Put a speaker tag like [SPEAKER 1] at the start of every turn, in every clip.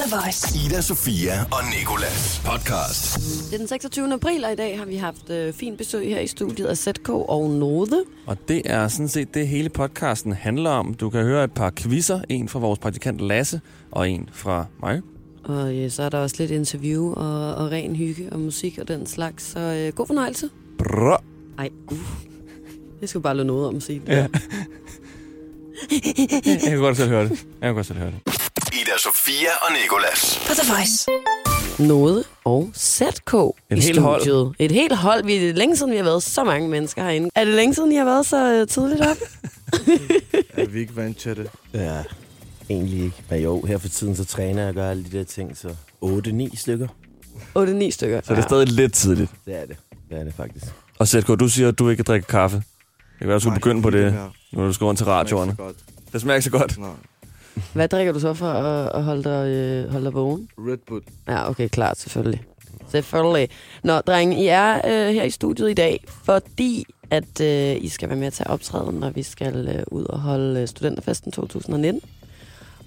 [SPEAKER 1] The Voice.
[SPEAKER 2] Ida, Sofia og Nikolas podcast.
[SPEAKER 3] Det er den 26. april, og i dag har vi haft øh, fint besøg her i studiet af ZK og Node.
[SPEAKER 4] Og det er sådan set det, hele podcasten handler om. Du kan høre et par quizzer. En fra vores praktikant Lasse, og en fra mig.
[SPEAKER 3] Og øh, så er der også lidt interview og, og ren hygge og musik og den slags. Så øh, god fornøjelse.
[SPEAKER 4] Brå.
[SPEAKER 3] Ej, uh. Jeg skulle bare lade noget om at sige det.
[SPEAKER 4] Ja. Jeg kan godt selv høre det. Jeg kan godt selv høre det.
[SPEAKER 2] Ida, Sofia og Nikolas.
[SPEAKER 1] På The Voice.
[SPEAKER 3] Node og ZK i
[SPEAKER 4] helt
[SPEAKER 3] studiet.
[SPEAKER 4] hold.
[SPEAKER 3] Et helt hold. Vi, det er længe siden, vi har været så mange mennesker herinde. Er det længe siden, I har været så øh, tidligt op?
[SPEAKER 5] Er vi ikke vant til det?
[SPEAKER 6] Ja, egentlig ikke. Men jo, her for tiden så træner jeg og gør alle de der ting, så 8-9 stykker.
[SPEAKER 3] 8-9 stykker.
[SPEAKER 4] Så det er stadig lidt tidligt.
[SPEAKER 6] Det er det. Det er det faktisk.
[SPEAKER 4] Og ZK, du siger, at du ikke drikker kaffe. Jeg kan være, du skulle begynde på det, når du skal rundt til radioerne.
[SPEAKER 5] Godt.
[SPEAKER 4] Det smager ikke så godt.
[SPEAKER 5] Nej.
[SPEAKER 3] Hvad drikker du så for at, at holde, dig, øh, holde dig vågen?
[SPEAKER 5] Red Bull.
[SPEAKER 3] Ja, okay, klart, selvfølgelig. Selvfølgelig. Nå, drenge, I er øh, her i studiet i dag, fordi at øh, I skal være med til at optræde, når vi skal øh, ud og holde øh, studenterfesten 2019.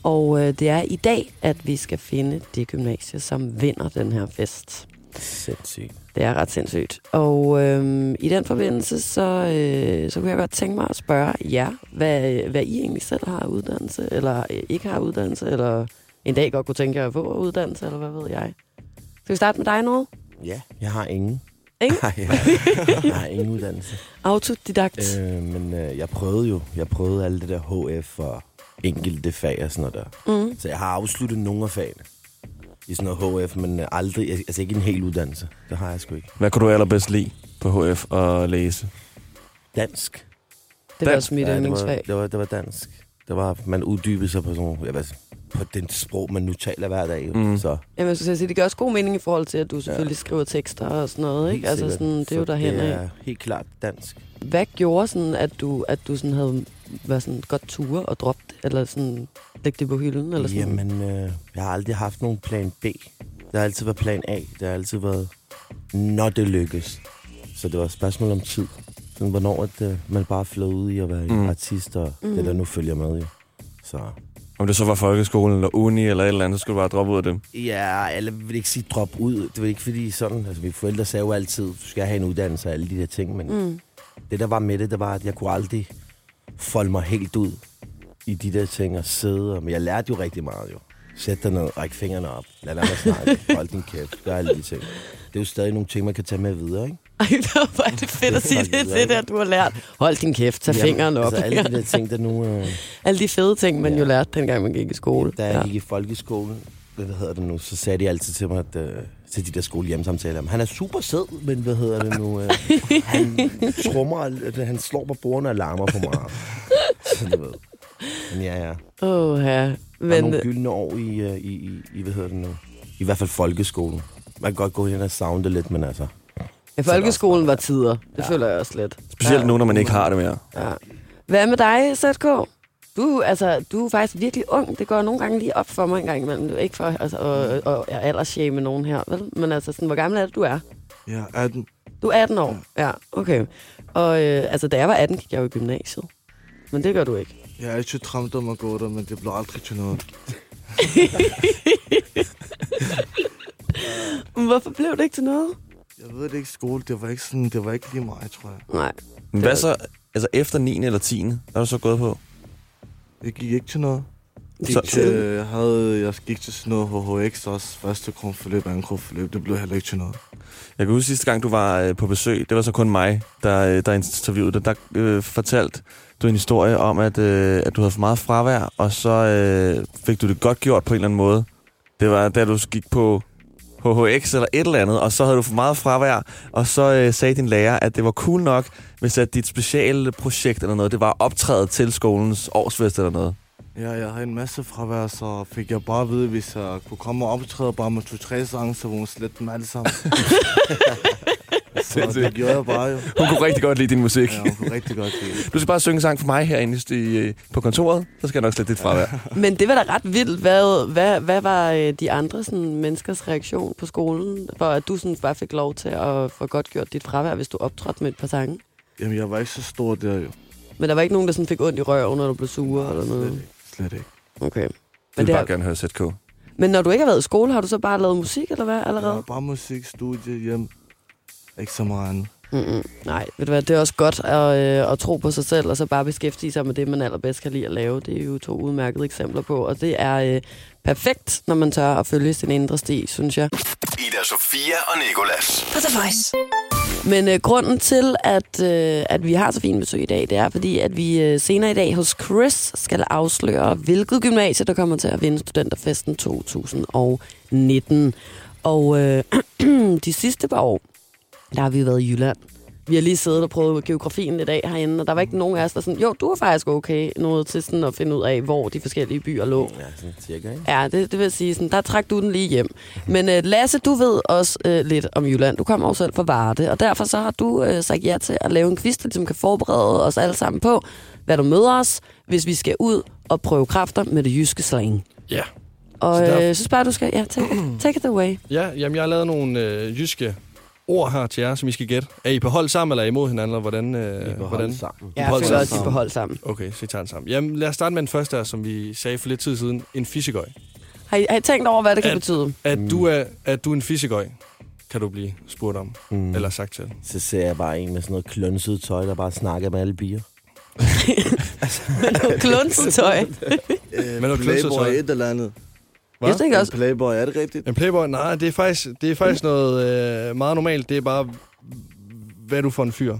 [SPEAKER 3] Og øh, det er i dag, at vi skal finde det gymnasie, som vinder den her fest.
[SPEAKER 6] Sindssygt.
[SPEAKER 3] Det er ret sindssygt. Og øh, i den forbindelse, så, øh, så kunne jeg godt tænke mig at spørge jer, hvad, hvad I egentlig selv har af uddannelse, eller øh, ikke har af uddannelse, eller en dag godt kunne tænke jer at få af uddannelse, eller hvad ved jeg. Skal vi starte med dig noget?
[SPEAKER 6] Ja, jeg har ingen.
[SPEAKER 3] Ingen?
[SPEAKER 6] Nej, jeg har, jeg har ingen uddannelse.
[SPEAKER 3] Autodidakt. Øh.
[SPEAKER 6] Øh, men øh, jeg prøvede jo. Jeg prøvede alle det der HF og enkelte fag og sådan noget
[SPEAKER 3] Mhm.
[SPEAKER 6] der. Mm. Så jeg har afsluttet nogle af fagene i sådan noget HF, men øh, aldrig, altså ikke en hel uddannelse. Det har jeg sgu ikke.
[SPEAKER 4] Hvad kunne du allerbedst lide på HF og læse?
[SPEAKER 6] Dansk.
[SPEAKER 3] Det var
[SPEAKER 4] dansk.
[SPEAKER 3] også mit
[SPEAKER 6] det, var,
[SPEAKER 3] yndlingsfag.
[SPEAKER 6] det, var, det var dansk. Det var, man uddybede sig på sådan, jeg ved, på den sprog, man nu taler hver dag. Mm. Så
[SPEAKER 3] Jamen, jeg skulle til at sige, det gør også god mening i forhold til, at du selvfølgelig ja. skriver tekster og sådan noget, ikke?
[SPEAKER 6] Helt
[SPEAKER 3] Altså,
[SPEAKER 6] sikkert.
[SPEAKER 3] sådan, det er jo
[SPEAKER 6] Så
[SPEAKER 3] derhen
[SPEAKER 6] Det
[SPEAKER 3] af.
[SPEAKER 6] er helt klart dansk.
[SPEAKER 3] Hvad gjorde sådan, at du, at du sådan havde været sådan godt ture og droppe det, eller sådan lægge det på hylden, eller sådan?
[SPEAKER 6] Jamen, øh, jeg har aldrig haft nogen plan B. Der har altid været plan A. Der har altid været, når det lykkes. Så det var et spørgsmål om tid. Sådan, hvornår at, øh, man bare flød ud i at være mm. artist, og mm. det der nu følger med. Jo. Så
[SPEAKER 4] Om det så var folkeskolen eller uni eller et eller andet, så skulle du bare droppe ud af det.
[SPEAKER 6] Ja, eller vil ikke sige drop ud. Det var ikke fordi sådan. Altså, mine forældre sagde jo altid, du skal have en uddannelse og alle de der ting. Men mm. det, der var med det, det var, at jeg kunne aldrig folde mig helt ud i de der ting og sidde. og- Men jeg lærte jo rigtig meget jo. Sæt dig ned, ræk fingrene op, lad være med at snakke, hold din kæft, gør alle de ting. Det er jo stadig nogle ting, man kan tage med videre, ikke?
[SPEAKER 3] Ej, hvor er det fedt at sige det, det der, du har lært. Hold din kæft, tag
[SPEAKER 6] Jamen,
[SPEAKER 3] fingeren op.
[SPEAKER 6] Altså alle de der ting, der nu... Øh,
[SPEAKER 3] alle de fede ting, man ja.
[SPEAKER 6] Ja.
[SPEAKER 3] jo lærte, dengang man gik i skole.
[SPEAKER 6] Da jeg gik i folkeskolen, hvad hedder det nu, så sagde de altid til mig, at, øh, til de der skolehjemsamtaler, han er super sød, men hvad hedder det nu, øh, han trummer, øh, han slår på bordene og larmer på mig. Så du ved. Men ja, ja.
[SPEAKER 3] Åh, ja.
[SPEAKER 6] Der er
[SPEAKER 3] Men, øh,
[SPEAKER 6] nogle gyldne år i, øh, i, i, i, hvad hedder det nu, i hvert fald folkeskolen. Man kan godt gå hen og savne det lidt, men altså,
[SPEAKER 3] Ja, folkeskolen var tider. Det ja. føler jeg også lidt.
[SPEAKER 4] Specielt
[SPEAKER 3] ja.
[SPEAKER 4] nu, når man ikke har det mere.
[SPEAKER 3] Ja. Hvad med dig, ZK? Du, altså, du er faktisk virkelig ung. Det går nogle gange lige op for mig en gang imellem. Du er ikke for altså, at, at, at aldersshame nogen her, vel? Men altså, sådan, hvor gammel er det, du er?
[SPEAKER 5] Ja, er den.
[SPEAKER 3] Du er 18 år. Ja, okay. Og øh, altså, da jeg var 18, gik jeg jo i gymnasiet. Men det gør du ikke.
[SPEAKER 5] Jeg har altid drømt om at gå der, men det blev aldrig til noget.
[SPEAKER 3] Hvorfor blev det ikke til noget?
[SPEAKER 5] Jeg ved det ikke, skole, det var ikke sådan, det var ikke lige mig, tror jeg.
[SPEAKER 3] Nej.
[SPEAKER 4] Men hvad så, altså efter 9. eller 10. Hvad er du så gået på?
[SPEAKER 5] Jeg gik ikke til noget. Jeg,
[SPEAKER 4] Så-
[SPEAKER 5] gik til, jeg, havde, jeg gik til sådan noget HHX også, første kronforløb, anden kronforløb, det blev heller ikke til noget.
[SPEAKER 4] Jeg kan huske sidste gang, du var øh, på besøg, det var så kun mig, der, øh, der interviewede dig. Der øh, fortalte du en historie om, at, øh, at du havde for meget fravær, og så øh, fik du det godt gjort på en eller anden måde. Det var, da du gik på HHX eller et eller andet, og så havde du for meget fravær, og så øh, sagde din lærer, at det var cool nok, hvis at dit speciale projekt eller noget, det var optrædet til skolens årsfest eller noget.
[SPEAKER 5] Ja, jeg havde en masse fravær, så fik jeg bare at vide, hvis jeg kunne komme og optræde bare med to-tre sange, så ville hun slette dem alle sammen. så det gjorde jeg bare jo.
[SPEAKER 4] Hun kunne rigtig godt lide din musik.
[SPEAKER 5] Ja, hun kunne rigtig godt lide det.
[SPEAKER 4] Du skal bare synge en sang for mig herinde i, øh, på kontoret, så skal jeg nok slet dit fravær.
[SPEAKER 3] Men det var da ret vildt. Hvad, hvad, hvad var øh, de andre sådan, menneskers reaktion på skolen, for at du sådan, bare fik lov til at få godt gjort dit fravær, hvis du optrådte med et par sange?
[SPEAKER 5] Jamen, jeg var ikke så stor der jo.
[SPEAKER 3] Men der var ikke nogen, der sådan fik ondt i røven, når du blev sure eller
[SPEAKER 5] Slet
[SPEAKER 3] noget?
[SPEAKER 5] ikke. Slet ikke.
[SPEAKER 3] Okay.
[SPEAKER 4] Jeg
[SPEAKER 3] Men
[SPEAKER 4] vil
[SPEAKER 3] det
[SPEAKER 4] bare
[SPEAKER 3] har,
[SPEAKER 4] gerne høre ZK.
[SPEAKER 3] Men når du ikke har været i skole, har du så bare lavet musik, eller hvad,
[SPEAKER 5] Ja,
[SPEAKER 3] allerede?
[SPEAKER 5] bare musik, studie, hjem. Ikke så meget andet.
[SPEAKER 3] Mm-mm. Nej, ved du hvad, det er også godt at, øh, at tro på sig selv, og så bare beskæftige sig med det, man allerbedst kan lide at lave. Det er jo to udmærkede eksempler på, og det er øh, perfekt, når man tør at følge sin indre sti, synes jeg.
[SPEAKER 2] Ida Sofia og Nikolas.
[SPEAKER 1] På The Voice.
[SPEAKER 3] Men øh, grunden til, at, øh, at vi har så fint besøg i dag, det er fordi, at vi øh, senere i dag hos Chris skal afsløre, hvilket gymnasie, der kommer til at vinde Studenterfesten 2019. Og øh, de sidste par år, der har vi jo været i Jylland. Vi har lige siddet og prøvet geografien i dag herinde, og der var ikke nogen af os, der sådan, jo, du er faktisk okay noget til sådan at finde ud af, hvor de forskellige byer lå.
[SPEAKER 6] Ja, sådan cirka, ikke?
[SPEAKER 3] Ja, det, det vil jeg sige. Sådan, der trak du den lige hjem. Men øh, Lasse, du ved også øh, lidt om Jylland. Du kommer jo selv fra Varde, og derfor så har du øh, sagt ja til at lave en quiz, der ligesom kan forberede os alle sammen på, hvad du møder os, hvis vi skal ud og prøve kræfter med det jyske slang.
[SPEAKER 7] Ja.
[SPEAKER 3] Og
[SPEAKER 7] Så
[SPEAKER 3] øh,
[SPEAKER 7] der-
[SPEAKER 3] jeg synes bare, du skal... Ja, take, take it away.
[SPEAKER 7] Ja, jamen jeg har lavet nogle øh, jyske ord her til jer, som I skal gætte. Er I på hold sammen, eller er I imod hinanden, eller hvordan? Øh,
[SPEAKER 6] Vi
[SPEAKER 7] hvordan?
[SPEAKER 6] hvordan? sammen.
[SPEAKER 3] Ja,
[SPEAKER 7] jeg hold føler sammen. også,
[SPEAKER 3] de behold sammen.
[SPEAKER 7] Okay, så vi tager den sammen. Jamen lad os starte med den første her, som vi sagde for lidt tid siden. En fiskegøj.
[SPEAKER 3] Har I, har I tænkt over, hvad det kan
[SPEAKER 7] At-
[SPEAKER 3] betyde?
[SPEAKER 7] At, mm. du er, at du er en fiskegøj, kan du blive spurgt om,
[SPEAKER 6] Mm.
[SPEAKER 7] eller sagt til.
[SPEAKER 6] Så ser jeg bare en med sådan noget klønset tøj, der bare snakker med alle bier.
[SPEAKER 3] Klunsetøj.
[SPEAKER 5] Øh,
[SPEAKER 7] Men du klønser
[SPEAKER 5] playboy,
[SPEAKER 7] sig.
[SPEAKER 5] et eller andet.
[SPEAKER 7] Hva?
[SPEAKER 3] Jeg tænker
[SPEAKER 5] En
[SPEAKER 3] også...
[SPEAKER 5] Playboy, er det rigtigt?
[SPEAKER 7] En playboy? Nej, det er faktisk, det er faktisk noget øh, meget normalt. Det er bare, hvad er du for en fyr?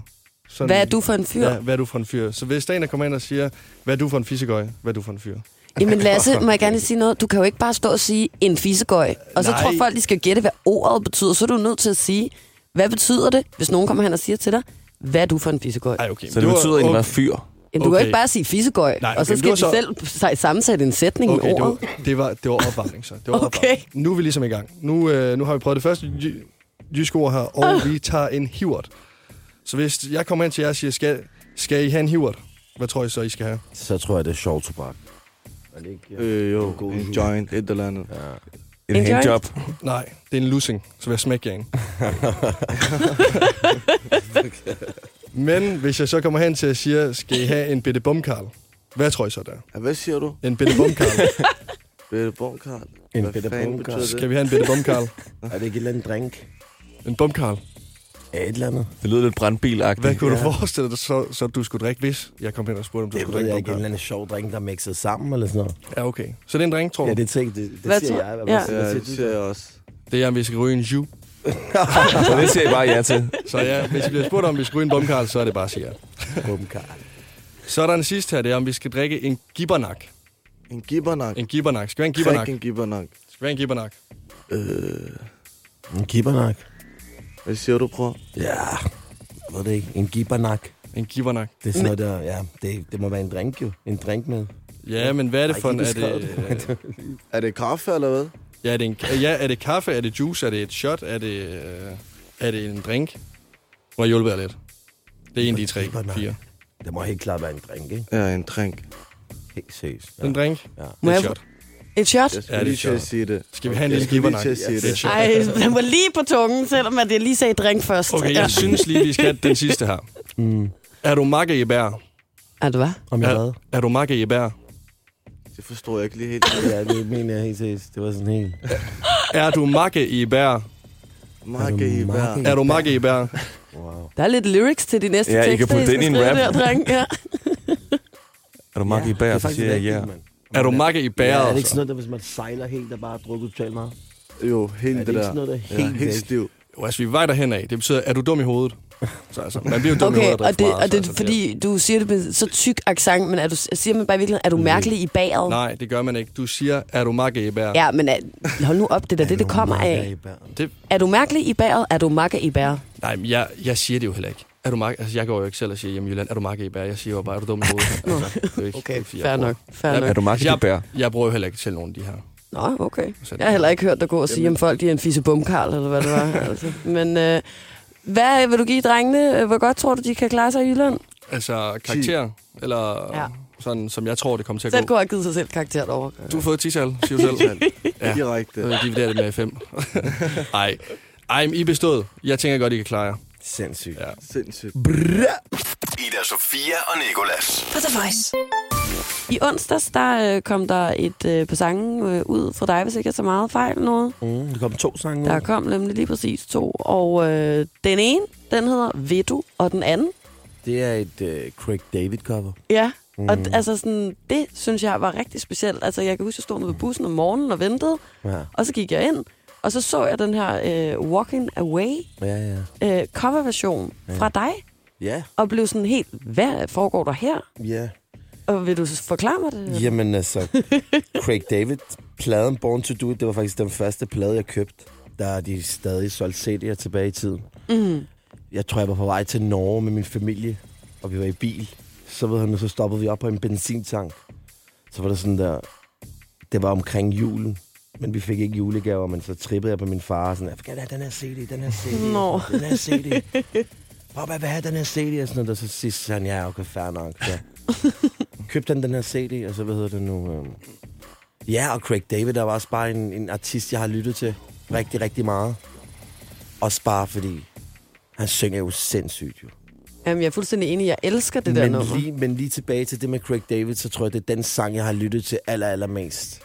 [SPEAKER 7] Sådan,
[SPEAKER 3] Hvad er du for en fyr?
[SPEAKER 7] Ja, hvad er du for en fyr? Så hvis der er en, der kommer ind og siger, hvad er du for en fiskegøj? Hvad er du for en fyr?
[SPEAKER 3] Jamen Lasse, må jeg gerne lige sige noget? Du kan jo ikke bare stå og sige en fisegøj, og så Nej.
[SPEAKER 7] Nej.
[SPEAKER 3] tror folk, de skal gætte, hvad ordet betyder. Så er du nødt til at sige, hvad betyder det, hvis nogen kommer hen og siger til dig, hvad er du for en fisegøj?
[SPEAKER 7] Ej, okay.
[SPEAKER 4] Så det
[SPEAKER 7] var-
[SPEAKER 4] betyder egentlig
[SPEAKER 7] okay.
[SPEAKER 4] bare fyr.
[SPEAKER 3] Jamen, du kan
[SPEAKER 7] okay.
[SPEAKER 3] jo ikke bare sige fisegøj,
[SPEAKER 7] Nej,
[SPEAKER 3] og så
[SPEAKER 7] okay,
[SPEAKER 3] skal de
[SPEAKER 7] men det var
[SPEAKER 3] selv sig- sammensætte en sætning
[SPEAKER 7] Okay,
[SPEAKER 3] med
[SPEAKER 7] det
[SPEAKER 3] ordet.
[SPEAKER 7] var, det var, det var opvarmning, så. Det var
[SPEAKER 3] Okay.
[SPEAKER 7] opvarmning. Nu er vi ligesom i gang. Nu, øh, nu har vi prøvet det første jy- jyske ord her, og vi tager en hivert. Så hvis jeg kommer hen til jer og siger, skal, skal I have en hivert? Hvad tror I så, I skal have?
[SPEAKER 6] Så tror jeg, det er sjovt tobak. Er det ikke?
[SPEAKER 5] Øh, jo,
[SPEAKER 6] God
[SPEAKER 5] en
[SPEAKER 6] jul.
[SPEAKER 5] joint, et eller andet.
[SPEAKER 6] Ja.
[SPEAKER 4] En
[SPEAKER 3] Enjoy.
[SPEAKER 4] handjob.
[SPEAKER 7] Nej, det er en lussing, så vil jeg smække jer en. Men hvis jeg så kommer hen til at sige, skal I have en bitte bumkarl? Hvad tror I så der?
[SPEAKER 5] Ja, hvad siger du?
[SPEAKER 7] En bitte bumkarl.
[SPEAKER 5] Bitte Bumkarl.
[SPEAKER 6] En
[SPEAKER 5] Hvad
[SPEAKER 6] bitte
[SPEAKER 5] fanden
[SPEAKER 6] bumkarl.
[SPEAKER 5] betyder det?
[SPEAKER 7] Skal vi have en bitte bumkarl?
[SPEAKER 6] Er det ikke et eller andet drink?
[SPEAKER 7] En bumkarl.
[SPEAKER 6] Ja, et eller andet.
[SPEAKER 4] Det lyder lidt brandbilagtigt.
[SPEAKER 7] Hvad kunne
[SPEAKER 4] Ja.
[SPEAKER 7] du forestille dig, så, så du skulle drikke, hvis jeg kom hen og spurgte, om du
[SPEAKER 6] Det
[SPEAKER 7] skulle
[SPEAKER 6] ved
[SPEAKER 7] drikke
[SPEAKER 6] jeg
[SPEAKER 7] en
[SPEAKER 6] ikke. En
[SPEAKER 7] bumkarl?
[SPEAKER 6] eller anden sjov drink, der er mixet sammen eller sådan noget.
[SPEAKER 7] Ja, okay. Så det er en drink, tror du?
[SPEAKER 6] Ja, det tænkte det,
[SPEAKER 3] Hvad
[SPEAKER 6] det siger
[SPEAKER 3] tror-
[SPEAKER 6] jeg.
[SPEAKER 3] ja.
[SPEAKER 6] Hvad,
[SPEAKER 5] Ja,
[SPEAKER 6] hvad
[SPEAKER 5] det
[SPEAKER 6] siger
[SPEAKER 5] siger
[SPEAKER 6] du?
[SPEAKER 5] jeg også.
[SPEAKER 7] Det er, om vi skal ryge en jus.
[SPEAKER 4] Så det siger jeg bare ja til.
[SPEAKER 7] Så ja, hvis vi bliver spurgt, om vi skal ryge en bumkarl, så er det bare at sige ja.
[SPEAKER 6] Bumkarl.
[SPEAKER 7] Så er der en sidste her, det er, om vi skal drikke en gibbernak.
[SPEAKER 5] En gibbernak.
[SPEAKER 7] En gibbernak. Skal vi have en
[SPEAKER 5] Drik
[SPEAKER 7] gibbernak?
[SPEAKER 5] en gibbernak.
[SPEAKER 7] Skal vi have en gibbernak?
[SPEAKER 5] Øh,
[SPEAKER 6] En gibbernak.
[SPEAKER 5] hvad siger du, bror?
[SPEAKER 6] Ja, jeg ved det ikke. En gibbernak.
[SPEAKER 7] En gibbernak.
[SPEAKER 6] Det er sådan noget, der... Ja, det, det må være en drink jo. En drink med.
[SPEAKER 7] Ja, men hvad er det
[SPEAKER 6] Ej,
[SPEAKER 7] for en...
[SPEAKER 6] det
[SPEAKER 7] Er det, øh,
[SPEAKER 6] beskrev
[SPEAKER 5] Er det kaffe, eller hvad?
[SPEAKER 7] ja, er det en, ja, er det kaffe? Er det juice? Er det et shot? Er det, øh, er det en drink? Må jeg hjælpe jer lidt? Det er en af de tre,
[SPEAKER 6] Gibbernak.
[SPEAKER 7] fire.
[SPEAKER 6] Det må helt klart være en drink, ikke?
[SPEAKER 5] Ja, en drink.
[SPEAKER 6] Helt seriøst.
[SPEAKER 7] En drink?
[SPEAKER 6] Ja.
[SPEAKER 7] Det er
[SPEAKER 3] Må
[SPEAKER 7] et
[SPEAKER 3] jeg-
[SPEAKER 7] shot.
[SPEAKER 3] Et shot?
[SPEAKER 5] Jeg
[SPEAKER 7] Ja,
[SPEAKER 5] skulle
[SPEAKER 7] det er
[SPEAKER 5] lige til at
[SPEAKER 7] sjovt.
[SPEAKER 5] sige det.
[SPEAKER 7] Skal vi have en
[SPEAKER 5] Jeg
[SPEAKER 7] lille
[SPEAKER 5] skulle lige
[SPEAKER 7] gibbernak?
[SPEAKER 5] til at sige
[SPEAKER 7] Det er et
[SPEAKER 5] det.
[SPEAKER 7] shot.
[SPEAKER 3] Ej, den var lige på tungen, selvom at jeg lige sagde drink først.
[SPEAKER 7] Okay,
[SPEAKER 3] ja.
[SPEAKER 7] jeg synes lige, vi skal have den sidste her.
[SPEAKER 6] Mm.
[SPEAKER 7] Er du makke i bær?
[SPEAKER 3] Er det hvad?
[SPEAKER 6] Om jeg hvad?
[SPEAKER 7] Er, er du makke i bær?
[SPEAKER 5] Det forstår jeg ikke lige helt.
[SPEAKER 6] Ja, det mener jeg helt seriøst. Det var sådan helt...
[SPEAKER 7] Er du makke i bær?
[SPEAKER 5] Makke i hver.
[SPEAKER 6] makke?
[SPEAKER 7] Er du makke i bær?
[SPEAKER 6] Wow.
[SPEAKER 3] Der er lidt lyrics til de næste
[SPEAKER 4] Ja, I kan
[SPEAKER 3] tekster,
[SPEAKER 4] putte det
[SPEAKER 3] skal
[SPEAKER 4] ind i en
[SPEAKER 3] skrive
[SPEAKER 4] rap.
[SPEAKER 3] Der, dreng. Ja.
[SPEAKER 4] Er du makke i
[SPEAKER 6] det
[SPEAKER 4] bær,
[SPEAKER 6] er
[SPEAKER 4] så
[SPEAKER 6] faktisk
[SPEAKER 4] siger jeg ja.
[SPEAKER 6] rigtigt, mand.
[SPEAKER 7] Er du makke i
[SPEAKER 6] Ja,
[SPEAKER 7] bæret?
[SPEAKER 6] er det ikke sådan noget, der, hvis man sejler helt og bare har drukket totalt meget?
[SPEAKER 5] Jo,
[SPEAKER 6] Er
[SPEAKER 5] helt
[SPEAKER 6] det
[SPEAKER 5] det
[SPEAKER 6] ikke
[SPEAKER 5] der.
[SPEAKER 6] sådan noget, der er
[SPEAKER 5] Ja,
[SPEAKER 6] helt
[SPEAKER 5] helt
[SPEAKER 6] væk?
[SPEAKER 5] stiv.
[SPEAKER 7] Jo, altså, vi er vej derhen af. Det betyder, er du dum i hovedet? Så altså, man bliver jo dum i
[SPEAKER 3] Okay,
[SPEAKER 7] hovedet. af at
[SPEAKER 3] og det,
[SPEAKER 7] drikke for meget,
[SPEAKER 3] og
[SPEAKER 7] så
[SPEAKER 3] det
[SPEAKER 7] altså,
[SPEAKER 3] er fordi, du siger det med så tyk accent, men er du, siger man bare virkelig, er du mærkelig i bageret?
[SPEAKER 7] Nej, det gør man ikke. Du siger, er du makke i bær?
[SPEAKER 3] Ja, men er, hold nu op, det er da det, det kommer af.
[SPEAKER 7] Det,
[SPEAKER 3] Er du mærkelig i bæret? Er du makke i bæret?
[SPEAKER 7] nej, men jeg, jeg siger det jo heller ikke. Er du makke? Altså, jeg går jo ikke selv og siger, jamen Jylland, er du makke i bær? Jeg siger jo bare, er du dum i hovedet? Altså, det er jo ikke, det er ikke, fordi, jeg
[SPEAKER 3] Fair
[SPEAKER 7] bruger-
[SPEAKER 3] nok. Fair
[SPEAKER 7] Ja,
[SPEAKER 4] Er
[SPEAKER 3] nok.
[SPEAKER 4] du makke i
[SPEAKER 7] Jeg,
[SPEAKER 4] bær?
[SPEAKER 7] jeg bruger jo heller ikke selv nogen af de her.
[SPEAKER 3] Nå, okay. Jeg har heller ikke hørt dig gå og sige, om folk de er en fisse bumkarl, eller hvad det var. altså. Men øh, hvad øh, vil du give drengene? Hvor godt tror du, de kan klare sig i Jylland?
[SPEAKER 7] Altså, karakter, eller
[SPEAKER 3] Ja.
[SPEAKER 7] ja. sådan, som jeg tror, det kommer til at
[SPEAKER 3] Selv
[SPEAKER 7] gå.
[SPEAKER 3] kunne have givet sig selv karakter derovre.
[SPEAKER 7] Du har fået 10 tal, siger du selv. Ja.
[SPEAKER 5] Direkte.
[SPEAKER 7] Så dividerer det med 5. Ej. Ej, men I bestod. Jeg tænker godt, I kan klare jer.
[SPEAKER 6] Sindssygt.
[SPEAKER 7] Ja.
[SPEAKER 5] Sindssygt.
[SPEAKER 2] Ida Sofia og Nikolas.
[SPEAKER 1] På The Voice.
[SPEAKER 3] I onsdags, der øh, kom der et øh, på sangen øh, ud fra dig, hvis ikke jeg så meget fejl noget.
[SPEAKER 6] Mm, der kom to sange
[SPEAKER 3] Der
[SPEAKER 6] ud.
[SPEAKER 3] kom nemlig lige præcis to, og øh, den ene, den hedder Vedu, og den anden,
[SPEAKER 6] Det er et øh, Craig David-cover.
[SPEAKER 3] ja. Mm. Og
[SPEAKER 6] Mm.
[SPEAKER 3] d- altså sådan, det synes jeg var rigtig specielt. Altså jeg kan huske, jeg stod nede ved bussen om morgenen og ventede,
[SPEAKER 6] Ja,
[SPEAKER 3] og så gik jeg ind, og så så jeg den her øh, Walking Away
[SPEAKER 6] ja, ja.
[SPEAKER 3] øh, coverversion
[SPEAKER 6] Ja.
[SPEAKER 3] fra dig,
[SPEAKER 6] Ja,
[SPEAKER 3] og blev sådan helt, hvad foregår der her?
[SPEAKER 6] ja.
[SPEAKER 3] Og vil du forklare mig det?
[SPEAKER 6] Jamen altså, Craig David, pladen Born to Do It, det var faktisk den første plade, jeg købte. Der er de stadig solgt CD'er tilbage i tiden.
[SPEAKER 3] Mm.
[SPEAKER 6] Jeg tror, jeg var på vej til Norge med min familie, og vi var i bil. Så ved han, så stoppede vi op på en benzintank. Så var det sådan der, det var omkring julen, men vi fik ikke julegaver, men så trippede jeg på min far, og sådan, jeg skal have den her CD, den her CD,
[SPEAKER 3] Nå.
[SPEAKER 6] den her CD. Papa, jeg vil have den her CD, og sådan noget, og så sidst sagde han, ja, okay, fair nok. Ja. Købte han den her CD, og så, hvad hedder det nu? øhm, Ja, og Craig David der var også bare en, en artist, jeg har lyttet til rigtig, rigtig meget. Også bare fordi, han synger jo sindssygt jo.
[SPEAKER 3] Jamen, jeg er fuldstændig enig. Jeg elsker det der
[SPEAKER 6] men,
[SPEAKER 3] nummer.
[SPEAKER 6] lige, men lige tilbage til det med Craig David, så tror jeg, det er den sang, jeg har lyttet til aller, allermest.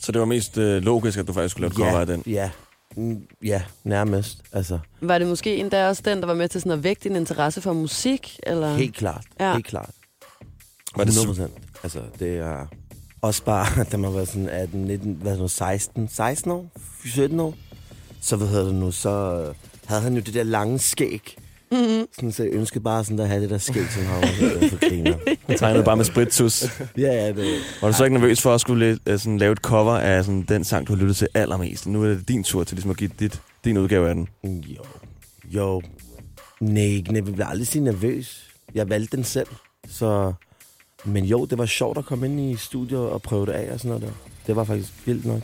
[SPEAKER 4] Så det var mest øh, logisk, at du faktisk skulle lave et cover af den.
[SPEAKER 6] Ja, Mm, ja, nærmest. Altså,
[SPEAKER 3] Var det måske endda også den, der var med til sådan at vække din interesse for musik? Eller?
[SPEAKER 6] helt klart.
[SPEAKER 3] Ja.
[SPEAKER 6] Ja. Helt klart.
[SPEAKER 4] Var det,
[SPEAKER 6] 100%. Altså, det er også bare, da man var sådan 18, 19, hvad nu, 16, 16 år, 17 år, så hvad hedder det nu, så øh, havde han jo det der lange skæg. Mm-hmm. Sådan, så jeg ønskede bare sådan at have det der skæg, som han var øh, for griner.
[SPEAKER 4] han tegnede bare med sprittus.
[SPEAKER 6] Ja, ja, det
[SPEAKER 4] Var du så ikke nervøs for at skulle lidt, øh, sådan, lave et cover af sådan, den sang, du har lyttet til allermest? Nu er det din tur til ligesom, at give dit, din udgave af den.
[SPEAKER 6] Jo, jo. Nej, ikke. jeg blev aldrig sige nervøs. Jeg valgte den selv, så... Men jo, det var sjovt at komme ind i studiet og prøve det af og sådan noget der. Det var faktisk vildt nok.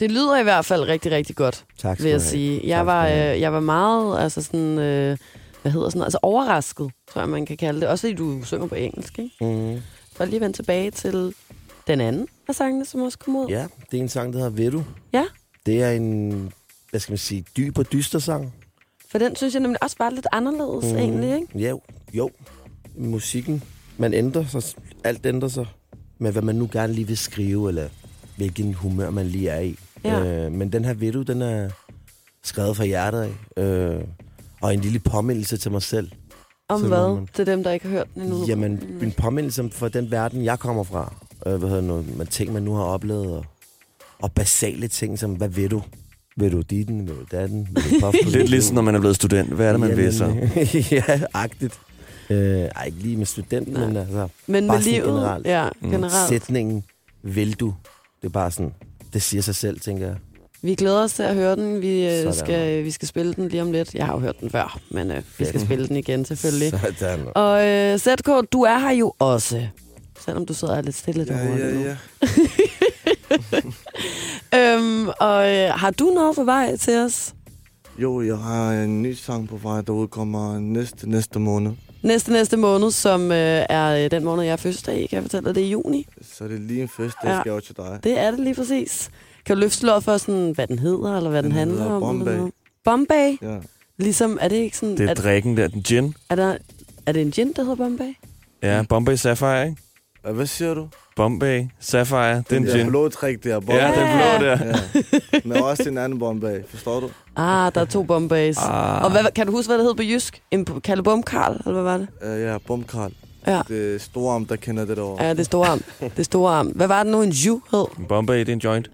[SPEAKER 3] Det lyder i hvert fald rigtig, rigtig godt,
[SPEAKER 6] Tak skal
[SPEAKER 3] vil jeg
[SPEAKER 6] du have.
[SPEAKER 3] sige. Jeg
[SPEAKER 6] Tak
[SPEAKER 3] var,
[SPEAKER 6] skal du have.
[SPEAKER 3] øh, jeg var meget, altså sådan, øh, hvad hedder sådan noget? altså overrasket, tror jeg, man kan kalde det. Også fordi du synger på engelsk, ikke?
[SPEAKER 6] Mm.
[SPEAKER 3] For lige at vende tilbage til den anden af sangene, som også kom ud.
[SPEAKER 6] Ja, det er en sang, der hedder Ved du?
[SPEAKER 3] Ja.
[SPEAKER 6] Det er en, hvad skal man sige, dyb og dyster sang.
[SPEAKER 3] For den synes jeg nemlig også var lidt anderledes, mm. egentlig, ikke?
[SPEAKER 6] Ja, jo, jo. Musikken, man ændrer sig, alt ændrer sig med, hvad man nu gerne lige vil skrive, eller hvilken humør man lige er i.
[SPEAKER 3] Ja.
[SPEAKER 6] Øh, men den her ved du, den er skrevet fra hjertet af. Øh, og en lille påmindelse til mig selv.
[SPEAKER 3] Om
[SPEAKER 6] Så må
[SPEAKER 3] hvad?
[SPEAKER 6] man-
[SPEAKER 3] Til dem, der ikke har hørt den endnu.
[SPEAKER 6] Jamen, en påmindelse for den verden, jeg kommer fra. Øh, hvad hedder noget, man ting, man nu har oplevet, og, og basale ting som, hvad ved du? Ved du ditten? Ved du datten? Ved du puff?
[SPEAKER 4] Lidt ligesom, når man er blevet student. Hvad er det, man vil så?
[SPEAKER 6] ja, agtigt. Øh, ej, ikke lige med studenten,
[SPEAKER 3] Nej.
[SPEAKER 6] men altså...
[SPEAKER 3] Men med
[SPEAKER 6] bare sådan
[SPEAKER 3] livet,
[SPEAKER 6] generelt. Mm.
[SPEAKER 3] ja, generelt.
[SPEAKER 6] Sætningen, vil du? Det er bare sådan, det siger sig selv, tænker jeg.
[SPEAKER 3] Vi glæder os til at høre den. Vi, øh,
[SPEAKER 6] Sådan.
[SPEAKER 3] skal, vi skal spille den lige om lidt. Jeg har jo hørt den før, men øh, vi skal
[SPEAKER 6] Fedt.
[SPEAKER 3] spille den igen selvfølgelig.
[SPEAKER 6] Sådan.
[SPEAKER 3] Og øh, ZK, du er her jo også. Selvom du sidder lidt stille ja, ja, ja. Øhm, og øh, har du noget på vej til os
[SPEAKER 5] Jo, jeg har en ny sang på vej, der udkommer næste, næste måned.
[SPEAKER 3] næste næste måned, som øh, er øh, den måned, jeg er fødselsdag i, kan jeg fortælle dig, det er i juni.
[SPEAKER 5] Så det er lige en første
[SPEAKER 3] Ja.
[SPEAKER 5] ja. gave til dig.
[SPEAKER 3] Det er det lige præcis. Kan du løfte slået for, sådan, hvad den hedder, eller hvad den,
[SPEAKER 5] Den
[SPEAKER 3] handler
[SPEAKER 5] hedder
[SPEAKER 3] om? eller
[SPEAKER 5] Bombay.
[SPEAKER 3] noget? Bombay?
[SPEAKER 5] Ja.
[SPEAKER 3] Ligesom, er det ikke sådan...
[SPEAKER 4] Det er
[SPEAKER 3] er,
[SPEAKER 4] drikken der, den gin.
[SPEAKER 3] er, der, er det en gin, der hedder Bombay?
[SPEAKER 4] Ja, Bombay Sapphire, ikke?
[SPEAKER 5] Og Hvad siger du?
[SPEAKER 4] Bombay Sapphire, det er en
[SPEAKER 5] Den
[SPEAKER 4] gin.
[SPEAKER 5] blå trick der. Bombay.
[SPEAKER 4] Ja, den blå der.
[SPEAKER 5] Ja. Men også en anden Bombay, forstår du?
[SPEAKER 3] Ah, der er to Bombays.
[SPEAKER 4] Ah.
[SPEAKER 3] Og hvad, kan du huske, hvad det hed på jysk? En p- kalde bomkarl, eller hvad var det?
[SPEAKER 5] Uh, ja, Bomkarl.
[SPEAKER 3] Ja.
[SPEAKER 5] Det er store arm, der kender det derovre.
[SPEAKER 3] Ja, det er store arm. Det er store arm. Hvad var det nu, en ju hed?
[SPEAKER 4] Bombay, det er en joint.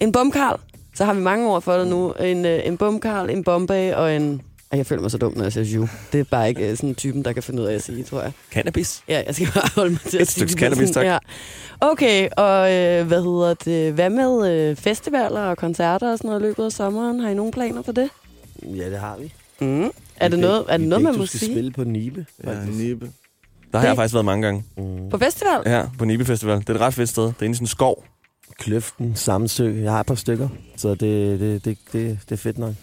[SPEAKER 3] En bomkarl. Så har vi mange ord for det nu. En, øh, en bomkarl, en bombay og en... Ej, Jeg føler mig så dum, når jeg siger ju. Det er bare ikke øh, sådan typen, der kan finde ud af at sige, tror jeg.
[SPEAKER 4] Cannabis.
[SPEAKER 3] Ja, jeg skal bare holde mig til at sige
[SPEAKER 4] Et stykke
[SPEAKER 3] det
[SPEAKER 4] cannabis,
[SPEAKER 3] sådan, Ja. Okay, og øh, hvad hedder det? Hvad med øh, festivaler og koncerter og sådan noget i løbet af sommeren? Har I nogen planer for det?
[SPEAKER 6] Ja, det har vi.
[SPEAKER 3] Mm. Er det
[SPEAKER 6] Vi
[SPEAKER 3] noget,
[SPEAKER 6] fik-
[SPEAKER 3] er
[SPEAKER 6] vi
[SPEAKER 3] det noget
[SPEAKER 6] fik,
[SPEAKER 3] man
[SPEAKER 6] du
[SPEAKER 3] må
[SPEAKER 6] skal
[SPEAKER 3] sige?
[SPEAKER 6] spille på Nibe,
[SPEAKER 5] Ja,
[SPEAKER 6] faktisk.
[SPEAKER 5] Nibe.
[SPEAKER 4] Der har jeg
[SPEAKER 3] Det-
[SPEAKER 4] faktisk været mange gange.
[SPEAKER 6] Mm.
[SPEAKER 3] På festival?
[SPEAKER 4] Ja, på Nibe Festival. Det er et ret fedt sted. Det er inde i sådan en skov.
[SPEAKER 6] Kløften, Samsø, jeg har et par stykker, så det, det, det, det, det er fedt nok.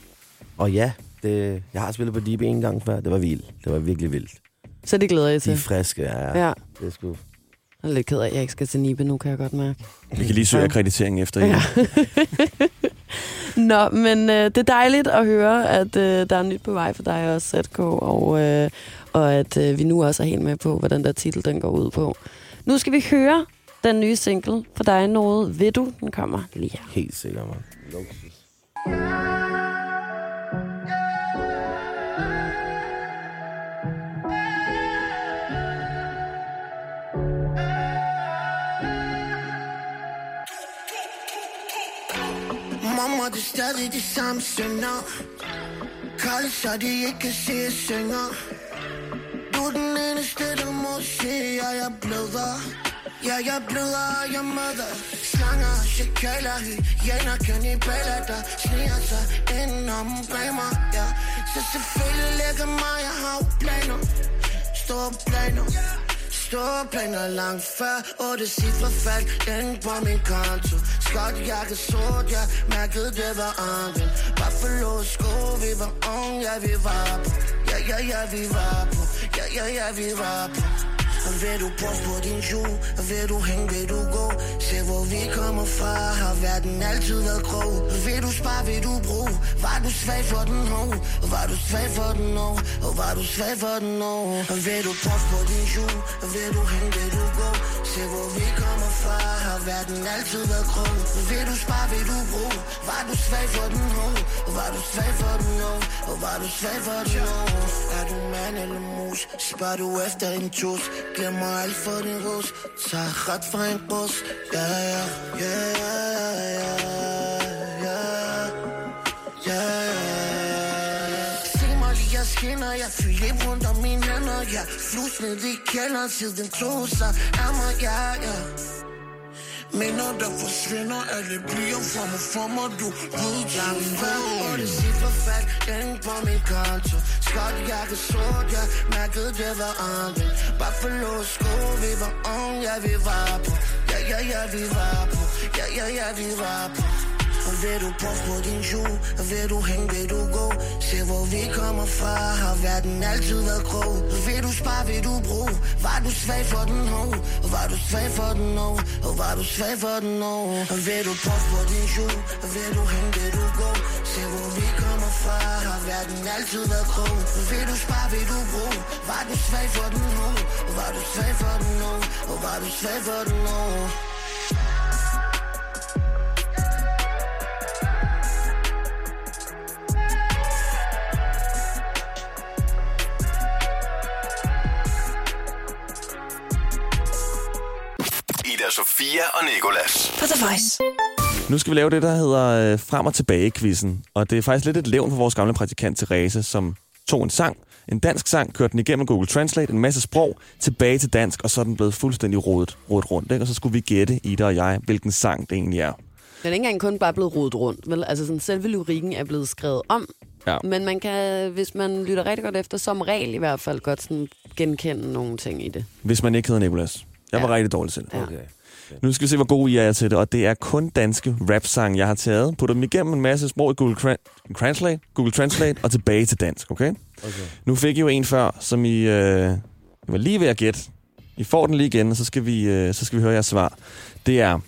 [SPEAKER 6] Og ja, det, jeg har spillet på Nibe en gang før, det var vildt. Det var virkelig vildt.
[SPEAKER 3] Så det glæder jeg
[SPEAKER 6] De er
[SPEAKER 3] til.
[SPEAKER 6] friske, ja. ja.
[SPEAKER 3] Ja,
[SPEAKER 6] Det er sgu
[SPEAKER 3] jeg er lidt ked af, at jeg ikke skal til Nibe nu, kan jeg godt mærke.
[SPEAKER 4] Vi kan lige søge
[SPEAKER 3] Ja.
[SPEAKER 4] akkreditering efter
[SPEAKER 3] Ja.
[SPEAKER 4] ja.
[SPEAKER 3] Nå, men øh, det er dejligt at høre, at øh, der er nyt på vej for dig også, ZK, og, øh, og at øh, vi nu også er helt med på, hvordan der titel den går ud på. Nu skal vi høre den nye single for dig noget. Ved du, den kommer lige her.
[SPEAKER 6] Helt sikkert, mand. Luksus.
[SPEAKER 1] Mamma, det er stadig de samme synder Kolde, så de ikke kan se, jeg synger Du er den eneste, du må se, og jeg bløder Ja, jeg bløder, og jeg møder Slanger, chikaler, hyæner, kanibaler, der sniger sig indenom bag mig ja. Så selvfølgelig lægger mig, jeg har jo planer Store planer Store planer langt før Otte cifre faldt ind på min konto Skot jakke sort, jeg mærkede det var anden Buffalo sko, vi var unge, ja vi var på Ja, ja, ja, vi var på Ja, ja, ja, vi var på og vil du pose på din jul, og vil du hænge, vil du gå Se hvor vi kommer fra, har verden altid været grå Vil du spare, vil du bruge, var du svag for den ho Og var du svag for den no, og var du svag for den no Og vil du pose på din jul, og vil du hænge, vil du gå Se hvor vi kommer fra, har verden altid været grå Vil du spare, vil du bruge, var du svag for den ho Og var du svag for den no, og var du svag for den no Er du mand eller mus, spørger du efter en tus Glemmer alt for din rus, tager ret fra en bus Ja, ja, ja, ja, ja, ja, ja, ja Se mig lige, jeg skinner, jeg fylder ikke rundt om mine hænder Jeg flus ned i kælderen, siden tog sig af mig, ja, ja Minder, der forsvinder, alle bliver for mig, for mig, du ved Jeg er færd, og det cifre fald, den på min konto Skot, jakke, sort, jeg mærkede, det var andet Buffalo sko, vi var unge, ja, vi var på Ja, ja, ja, vi var på Ja, ja, ja, vi var på og vil du pose på din jul, og vil du hænge, vil du gå Se hvor vi kommer fra, har verden altid været grå Og vil du spare, vil du bruge Var du svag for den ho, og var du svag for den no Og var du svag for den no Og vil du pose på din jul, og vil du hænge, vil du gå Se hvor vi kommer fra, har verden altid været grå Og vil du spare, vil du bruge Var du svag for den ho, og var du svag for den no Og var du svag for den no
[SPEAKER 2] Ida Sofia og Nikolas.
[SPEAKER 8] På The Voice.
[SPEAKER 4] Nu skal vi lave det, der hedder øh, frem og tilbage-quizzen. Og det er faktisk lidt et levn for vores gamle praktikant Therese, som tog en sang, en dansk sang, kørte den igennem Google Translate, en masse sprog, tilbage til dansk, og så er den blevet fuldstændig rodet, rodet rundt. Ikke? Og så skulle vi gætte, Ida og jeg, hvilken sang det egentlig er.
[SPEAKER 3] Den er ikke engang kun bare blevet rodet rundt. Vel? Altså, sådan, selve lyrikken er blevet skrevet om.
[SPEAKER 4] Ja.
[SPEAKER 3] Men man kan, hvis man lytter rigtig godt efter, som regel i hvert fald godt sådan, genkende nogle ting i det.
[SPEAKER 4] Hvis man ikke hedder Nikolas. Jeg var
[SPEAKER 3] Ja.
[SPEAKER 4] rigtig dårlig selv.
[SPEAKER 3] Ja.
[SPEAKER 6] Okay.
[SPEAKER 4] Nu skal vi se, hvor gode I er til det, og det er kun danske rap-sange, jeg har taget. Putter dem igennem en masse sprog i Google, Tran- Translate, Google Translate og tilbage til dansk, okay?
[SPEAKER 6] okay.
[SPEAKER 4] Nu fik I jo en før, som I, øh, I var lige ved at gætte. I får den lige igen, og så skal, vi, øh, så skal vi høre jeres svar. Det er,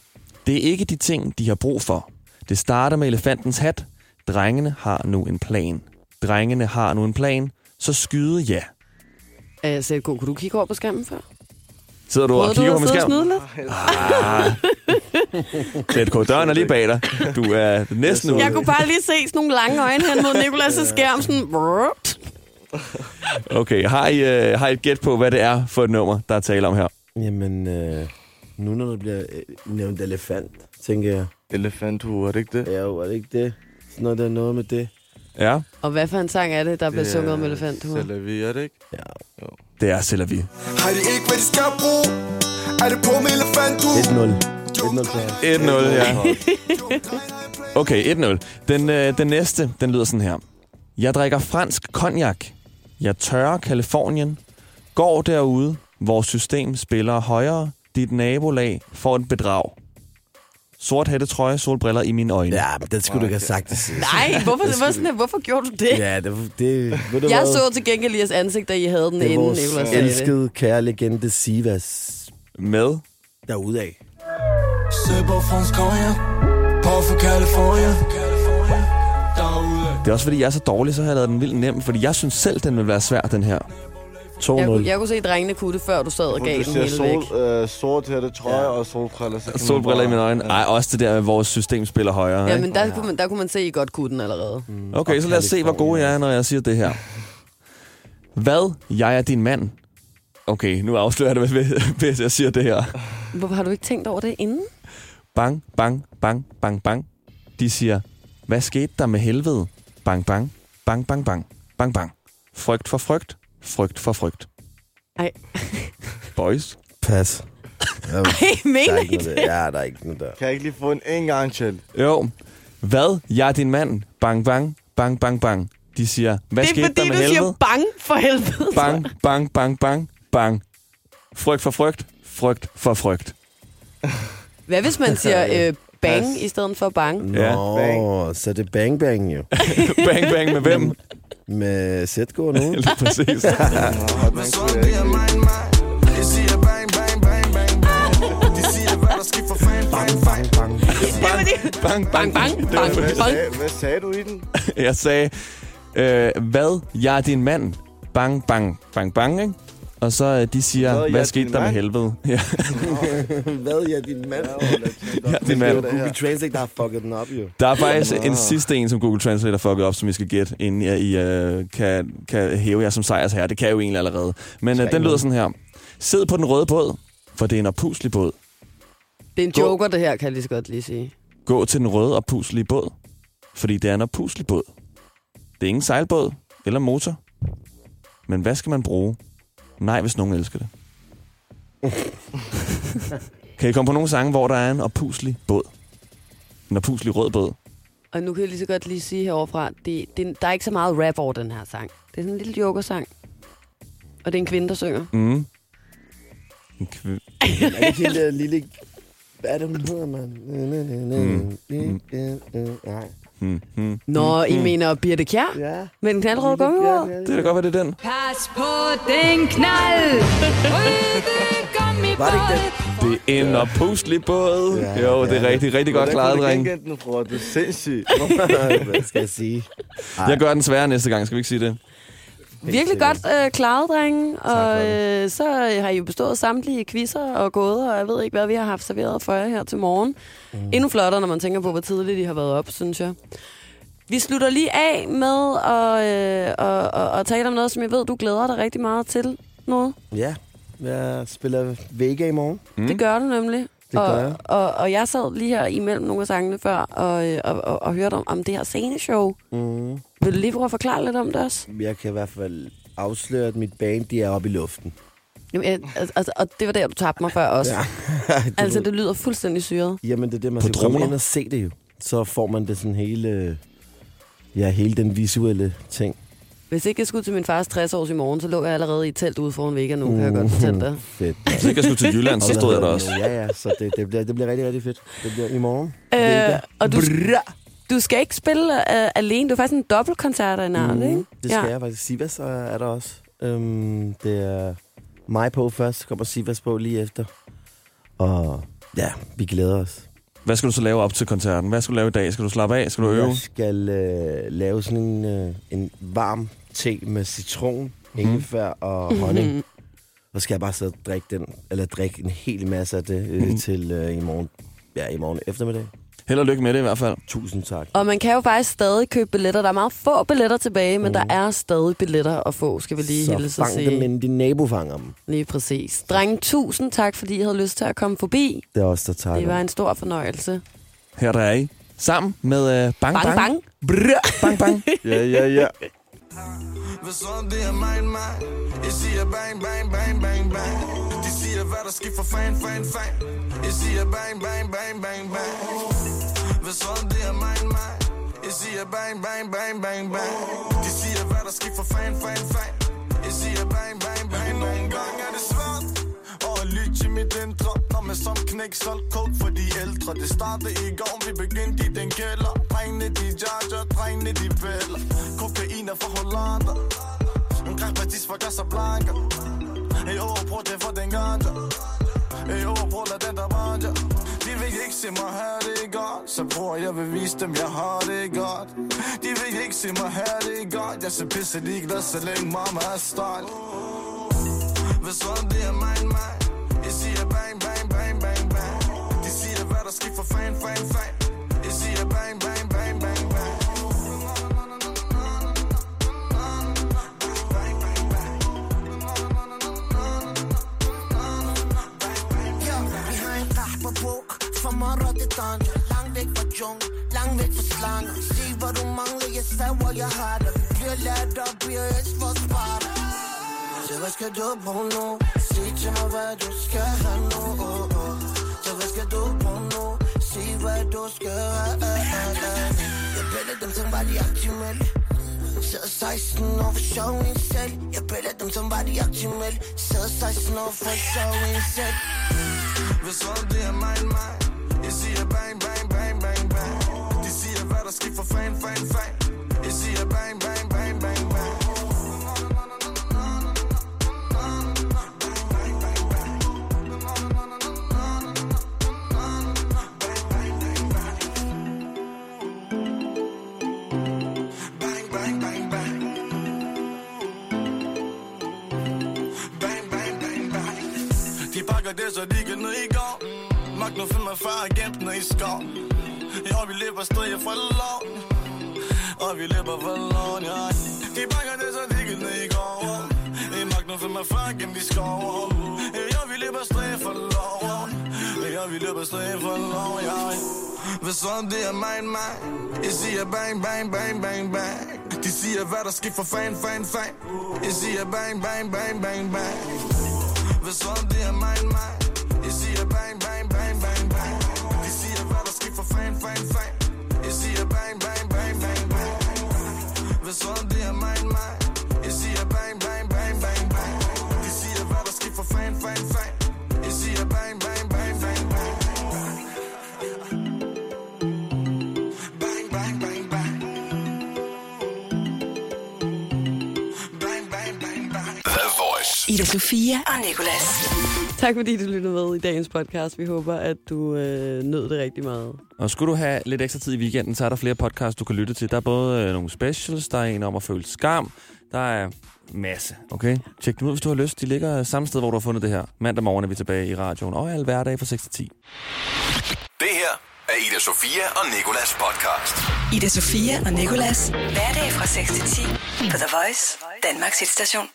[SPEAKER 4] det er ikke de ting, de har brug for. Det starter med elefantens hat. Drengene har nu en plan. Drengene har nu en plan. Så skyde ja.
[SPEAKER 3] Øh, Sætko, kunne du kigge over på skærmen før?
[SPEAKER 4] Sidder du og
[SPEAKER 3] Prøvede
[SPEAKER 4] kigger
[SPEAKER 3] du
[SPEAKER 4] på
[SPEAKER 3] at
[SPEAKER 4] min
[SPEAKER 3] sidde og
[SPEAKER 4] skærm?
[SPEAKER 3] snyde lidt?
[SPEAKER 5] Ah,
[SPEAKER 4] Tæt Ah. på døren er lige bag dig. Du er næsten ude.
[SPEAKER 3] Jeg kunne bare lige se sådan nogle lange øjne hen mod Nicolas' skærm. Sådan, brup.
[SPEAKER 4] Okay, har I, øh, har I et gæt på, hvad det er for et nummer, der er tale om her?
[SPEAKER 6] Jamen, øh, nu når der bliver øh, nævnt elefant, tænker jeg,
[SPEAKER 5] Elefantue, er det ikke det?
[SPEAKER 6] ja, jo, er det ikke det? Sådan noget, der er noget med det.
[SPEAKER 4] Ja,
[SPEAKER 3] Og hvad for en sang er det, der bliver sunget om elefanthuer?
[SPEAKER 5] Salavi, er det ikke?
[SPEAKER 6] Ja,
[SPEAKER 4] det er Selv vi.
[SPEAKER 9] Har de ikke, hvad de skal bruge? Er det på med elefant, du?
[SPEAKER 6] 1-0. 1-0 til ham.
[SPEAKER 4] 1-0, ja. Okay, 1-0. Den, øh, den næste, den lyder sådan her. Jeg drikker fransk cognac. Jeg tørrer Kalifornien. Går derude. Vores system spiller højere. Dit nabolag får et bedrag. Sort hættetrøje, solbriller i mine øjne.
[SPEAKER 6] Ja, men den skulle du ikke have sagt. Det
[SPEAKER 3] Nej, hvorfor, hvorfor, sådan, hvorfor gjorde du det?
[SPEAKER 6] Ja, det, det ved du
[SPEAKER 3] Jeg
[SPEAKER 6] hvad?
[SPEAKER 3] så til gengæld jeres ansigt, da I havde den
[SPEAKER 6] det er
[SPEAKER 3] inden,
[SPEAKER 6] vores
[SPEAKER 3] Nicolas sagde det.
[SPEAKER 6] elskede, kære legende Sivas
[SPEAKER 4] Med.
[SPEAKER 6] derudaf.
[SPEAKER 9] Søber fransk konger. På for California. Derude.
[SPEAKER 4] Det er også fordi, jeg er så dårlig, så har jeg lavet den vildt nem. Fordi jeg synes selv, den vil være svær, den her.
[SPEAKER 3] Jeg, kunne-
[SPEAKER 6] 2-0.
[SPEAKER 3] jeg kunne se, at drengene kunne det, før du sad og
[SPEAKER 5] Hvor
[SPEAKER 3] gav
[SPEAKER 5] du
[SPEAKER 3] den
[SPEAKER 5] ser
[SPEAKER 3] hele væk.
[SPEAKER 5] sol, øh, sort her, det trøje ja. og solbriller. Så kan man
[SPEAKER 4] Solbriller i
[SPEAKER 5] bare-
[SPEAKER 4] mine øjne.
[SPEAKER 5] Ja.
[SPEAKER 4] Nej, også det der med, at vores system spiller højere.
[SPEAKER 3] Ja,
[SPEAKER 4] ikke?
[SPEAKER 3] men der kunne, man, der kunne man se, at I godt kunne den allerede.
[SPEAKER 4] Okay, så lad os se, hvor gode jeg er, når jeg siger det her. Hvad? Jeg er din mand. Okay, nu afslører jeg det, ved- ved at jeg siger det her.
[SPEAKER 3] Hvorfor har du ikke tænkt over det inden?
[SPEAKER 4] Bang, bang, bang, bang, bang. De siger, hvad skete der med helvede? Bang, bang, bang, bang, bang, bang, bang. Frygt for frygt, frygt for frygt.
[SPEAKER 3] Ej.
[SPEAKER 4] Boys.
[SPEAKER 6] Pas. Ja,
[SPEAKER 3] Hey,
[SPEAKER 6] der er
[SPEAKER 3] mener I
[SPEAKER 6] ikke
[SPEAKER 3] det?
[SPEAKER 6] noget der. Ja, der er ikke noget der.
[SPEAKER 5] Kan jeg ikke lige få en en gang til?
[SPEAKER 4] Jo. Hvad? Jeg er din mand. Bang, bang, bang, bang, bang. De siger, hvad
[SPEAKER 3] Det er
[SPEAKER 4] skete der
[SPEAKER 3] fordi,
[SPEAKER 4] med
[SPEAKER 3] du siger
[SPEAKER 4] helvede?
[SPEAKER 3] bang for helvede.
[SPEAKER 4] Bang, bang, bang, bang, bang. Frygt for frygt, frygt for frygt.
[SPEAKER 3] Hvad hvis man siger øh, bang i stedet for bang?
[SPEAKER 4] Ja.
[SPEAKER 6] Nå, så det er bang bang jo.
[SPEAKER 4] Bang, bang med hvem?
[SPEAKER 6] Med sætgård nu.
[SPEAKER 4] Lige præcis.
[SPEAKER 5] Og den
[SPEAKER 9] Så
[SPEAKER 5] kunne jeg
[SPEAKER 9] bliver
[SPEAKER 5] ikke lide.
[SPEAKER 9] mig en mig Jeg siger bang, bang, bang, bang, bang De siger, hvad der sker for fan, fan, fan
[SPEAKER 3] Det var det.
[SPEAKER 4] Bang, bang,
[SPEAKER 3] bang,
[SPEAKER 4] Det var
[SPEAKER 3] bang,
[SPEAKER 4] fordi,
[SPEAKER 3] bang.
[SPEAKER 5] Hvad- Hvad sagde du i den?
[SPEAKER 4] Jeg sagde, øh, hvad? Jeg er din mand. Bang, bang, bang, bang, ikke? Og så øh, de siger,
[SPEAKER 5] Hvad,
[SPEAKER 4] hvad,
[SPEAKER 5] jeg er
[SPEAKER 4] hvad
[SPEAKER 5] din
[SPEAKER 4] skete der med
[SPEAKER 5] mand?"
[SPEAKER 4] helvede? Ja,
[SPEAKER 6] Hvad, ja, din mand?
[SPEAKER 4] jeg er din mand.
[SPEAKER 6] Google Translate, der har fucket den op jo.
[SPEAKER 4] Der er faktisk en sidste en, som Google Translate har fucket op, som I skal gætte, inden jeg, I øh, kan, kan hæve jer som sejrsherre. Det kan jeg jo egentlig allerede. Men øh, den lyder sådan her. Sid på den røde båd, for det er en oppuslig båd.
[SPEAKER 3] Det er en joker, det her, kan jeg lige så godt lige sige.
[SPEAKER 4] Gå til den røde oppuslige båd, fordi det er en oppuslig båd. Det er ingen sejlbåd eller motor. Men hvad skal man bruge? Nej, hvis nogen elsker det. kan I komme på nogle sange, hvor der er en oppuslig båd? En oppuslig rød båd.
[SPEAKER 3] Og nu kan jeg lige så godt lige sige heroverfra, det, det, der er ikke så meget rap over den her sang. Det er sådan en lille jokersang. Og det er en kvinde, der synger.
[SPEAKER 4] Mm. En kv-
[SPEAKER 6] Er det hele der lille... Hvad er det, hun hedder, mand? Nej.
[SPEAKER 4] Mm, mm.
[SPEAKER 3] Nå, I mener Birte Kjær?
[SPEAKER 6] Ja.
[SPEAKER 3] Med den knaldrøde gummibåd?
[SPEAKER 4] Det kan da godt være, det er den.
[SPEAKER 8] Pas på den knald. Røde
[SPEAKER 6] Var det ikke den?
[SPEAKER 8] gummibåd.
[SPEAKER 4] Det er en oppuslig båd.
[SPEAKER 6] Ja,
[SPEAKER 4] Jo, det er
[SPEAKER 6] ja.
[SPEAKER 4] rigtig, rigtig godt klaret,
[SPEAKER 5] Hvordan kunne du
[SPEAKER 4] dreng.
[SPEAKER 5] genkende den, bror? Du er sindssyg.
[SPEAKER 6] Hvad skal jeg sige?
[SPEAKER 4] Jeg gør den sværere næste gang, skal vi ikke sige det?
[SPEAKER 3] Virkelig godt øh, klaret, drenge.
[SPEAKER 6] for
[SPEAKER 3] Og
[SPEAKER 6] det.
[SPEAKER 3] øh, så har I jo bestået samtlige quizzer og gåder, og jeg ved ikke, hvad vi har haft serveret for jer her til morgen. Mm. Endnu flottere, når man tænker på, hvor tidligt de har været op, synes jeg. Vi slutter lige af med at, øh, og, og, og tale om noget, som jeg ved, du glæder dig rigtig meget til. Noget.
[SPEAKER 6] Ja. Jeg spiller Vega i morgen.
[SPEAKER 3] Mm. Det gør du nemlig.
[SPEAKER 6] Det
[SPEAKER 3] og,
[SPEAKER 6] gør jeg.
[SPEAKER 3] Og, og jeg sad lige her imellem nogle af sangene før og, øh, og, og, og hørte om, om det her sceneshow.
[SPEAKER 6] Mm.
[SPEAKER 3] Vil du lige prøve at forklare lidt om det også?
[SPEAKER 6] Jeg kan i hvert fald afsløre, at mit band de er oppe i luften.
[SPEAKER 3] Jamen, jeg, altså, og det var der, du tabte mig før også. Ja. Altså,
[SPEAKER 6] altså,
[SPEAKER 3] det lyder fuldstændig syret.
[SPEAKER 6] Jamen, det er det, man
[SPEAKER 4] På
[SPEAKER 6] skal komme
[SPEAKER 4] droner?
[SPEAKER 6] ind og se det jo. Så får man det sådan hele... øh, Ja, hele den visuelle ting.
[SPEAKER 3] Hvis ikke jeg skulle til min fars 60 års i morgen, så lå jeg allerede i et telt ude foran Vega nu, kan jeg
[SPEAKER 6] Uh.
[SPEAKER 3] godt fortælle dig.
[SPEAKER 6] Fedt.
[SPEAKER 4] Hvis ikke jeg skulle til Jylland, så stod jeg der også.
[SPEAKER 6] Ja, ja, så det, det, bliver, det bliver rigtig, rigtig fedt. Det bliver i morgen.
[SPEAKER 3] Øh, og du,
[SPEAKER 6] Brrra.
[SPEAKER 3] du skal ikke spille øh, alene. Du er faktisk en dobbeltkoncert af en art, ikke?
[SPEAKER 6] Mm, Det skal
[SPEAKER 3] ja.
[SPEAKER 6] jeg faktisk. Sivas er- er der også. Øhm, det er mig på først, så kommer Sivas på lige efter. Og ja, vi glæder os.
[SPEAKER 4] Hvad skal du så lave op til koncerten? Hvad skal du lave i dag? Skal du slappe af? Skal du øve?
[SPEAKER 6] Jeg skal øh, lave sådan en, øh, en varm te med citron,
[SPEAKER 4] Mhm.
[SPEAKER 6] ingefær og honning. Og skal jeg bare sidde og drikke, den, eller drikke en hel masse af det øh,
[SPEAKER 3] Mhm.
[SPEAKER 6] til øh, i morgen. Ja, i morgen eftermiddag.
[SPEAKER 4] Held og lykke med det i hvert fald.
[SPEAKER 6] Tusind tak.
[SPEAKER 3] Og man kan jo faktisk stadig købe billetter. Der er meget få billetter tilbage, men der er stadig billetter at få, skal vi lige hilse
[SPEAKER 6] Mm. så
[SPEAKER 3] og
[SPEAKER 6] fang dem,
[SPEAKER 3] sige.
[SPEAKER 6] men din nabo fanger dem.
[SPEAKER 3] Lige præcis. Drenge, tusind tak, fordi I havde lyst til at komme forbi.
[SPEAKER 6] Det er også der tager
[SPEAKER 3] Det var en stor fornøjelse.
[SPEAKER 4] Her der er I. Sammen med øh, Bang
[SPEAKER 3] Bang,
[SPEAKER 4] Bang.
[SPEAKER 3] bang.
[SPEAKER 4] Brrr, bang, bang.
[SPEAKER 5] Ja, ja, ja.
[SPEAKER 9] Hvad så, det er mig en mig Jeg siger bang, bang, bang, bang, bang De siger, hvad der sker for fan, fan, fan Jeg siger bang, bang, bang, bang, bang Hvad så, det er mig en mig Jeg siger bang, bang, bang, bang, bang De siger, hvad der sker for fan, fan, fan Jeg siger bang, bang, bang, bang, bang Er det svært? Og at lytte til mit indre Når man som knæk solgt coke for de ældre Det startede i går, vi begyndte i den kælder Drengene de jager, drengene de vælger Kokain er fra Hollander En krak partis fra Casablanca Ey, åh, bror, det er for den ganja Ey, åh, bror, lad den der vanja De vil ikke se mig have det godt Så bror, jeg vil vise dem, jeg har det godt De vil ikke se mig have det godt Jeg er så pisse ligeglad, så længe mamma er stolt
[SPEAKER 5] Hvad så om det er mig end mig? Jeg siger bang, bang, bang, bang, bang De siger hvad der sker for fan, fan, fan Jeg siger bang, bang, bang, bang, bang
[SPEAKER 1] Ja, vi har en rapper på fra Rotterdam Langt væk fra jung, langt væk fra slanger Se hvad du mangler, jeg svæver, jeg har det Vi bliver lært op, vi er et for sparter Så hvad skal du på nu? Sig til mig, hvad du skal have nu oh, oh. Så hvad skal du på nu? Sig hvad du skal have Jeg piller dem som var de aktimelle Sidder 16 år for sjov i en selv Jeg piller dem som var de aktimelle Sidder 16 år for sjov i en selv
[SPEAKER 5] Hvad så om det er mig end mig? Jeg siger bang, bang, bang, bang, bang De siger hvad der sker for fan, fan, fan Jeg siger bang, bang, bang, bang, bang Bang, bang, bang, bang Bang, bang, bang, bang De pakker det, så de kan ned i går Mm. Magt nu 45 gemt ned i skov Ja, vi løber striger fra lov Og vi løber fra lov, ja De pakker det, så de kan ned i går I magt nu 45 gemt i skov Mm. Ja, vi løber striger fra lov Ja, vi løber striger fra lov, ja Hvad så om det er mig end mig? Jeg siger bang, bang, bang, bang, bang De siger, hvad der sker for fan, fan, fan Jeg siger bang, bang, bang, bang, bang hvad så om det er mig end mig? Jeg siger bang, bang, bang, bang, bang De siger hvad der sker for fan, fan, fan Jeg siger bang, bang, bang, bang, bang Hvad så om det er mig end mig? Jeg siger bang, bang, bang, bang, bang De siger hvad der sker for fan, fan, fan Jeg siger bang, bang, bang, bang, bang Bang, bang, bang, bang Bang, bang, bang, bang
[SPEAKER 10] The Voice.
[SPEAKER 11] Ida Sofia og Nicolas.
[SPEAKER 3] Tak fordi du lyttede med i dagens podcast. Vi håber, at du øh, nød det rigtig meget.
[SPEAKER 4] Og skulle du have lidt ekstra tid i weekenden, så er der flere podcasts, du kan lytte til. Der er både øh, nogle specials, der er en om at føle skam, der er masse, okay? Tjek dem ud, hvis du har lyst. De ligger øh, samme sted, hvor du har fundet det her. Mandag morgen er vi tilbage i radioen, og alle hverdage fra 6 til 10.
[SPEAKER 10] Det her er Ida Sofia og Nikolas podcast.
[SPEAKER 11] Ida Sofia og Nicolas. Hverdag fra 6 til 10 på The Voice, Danmarks hitstation.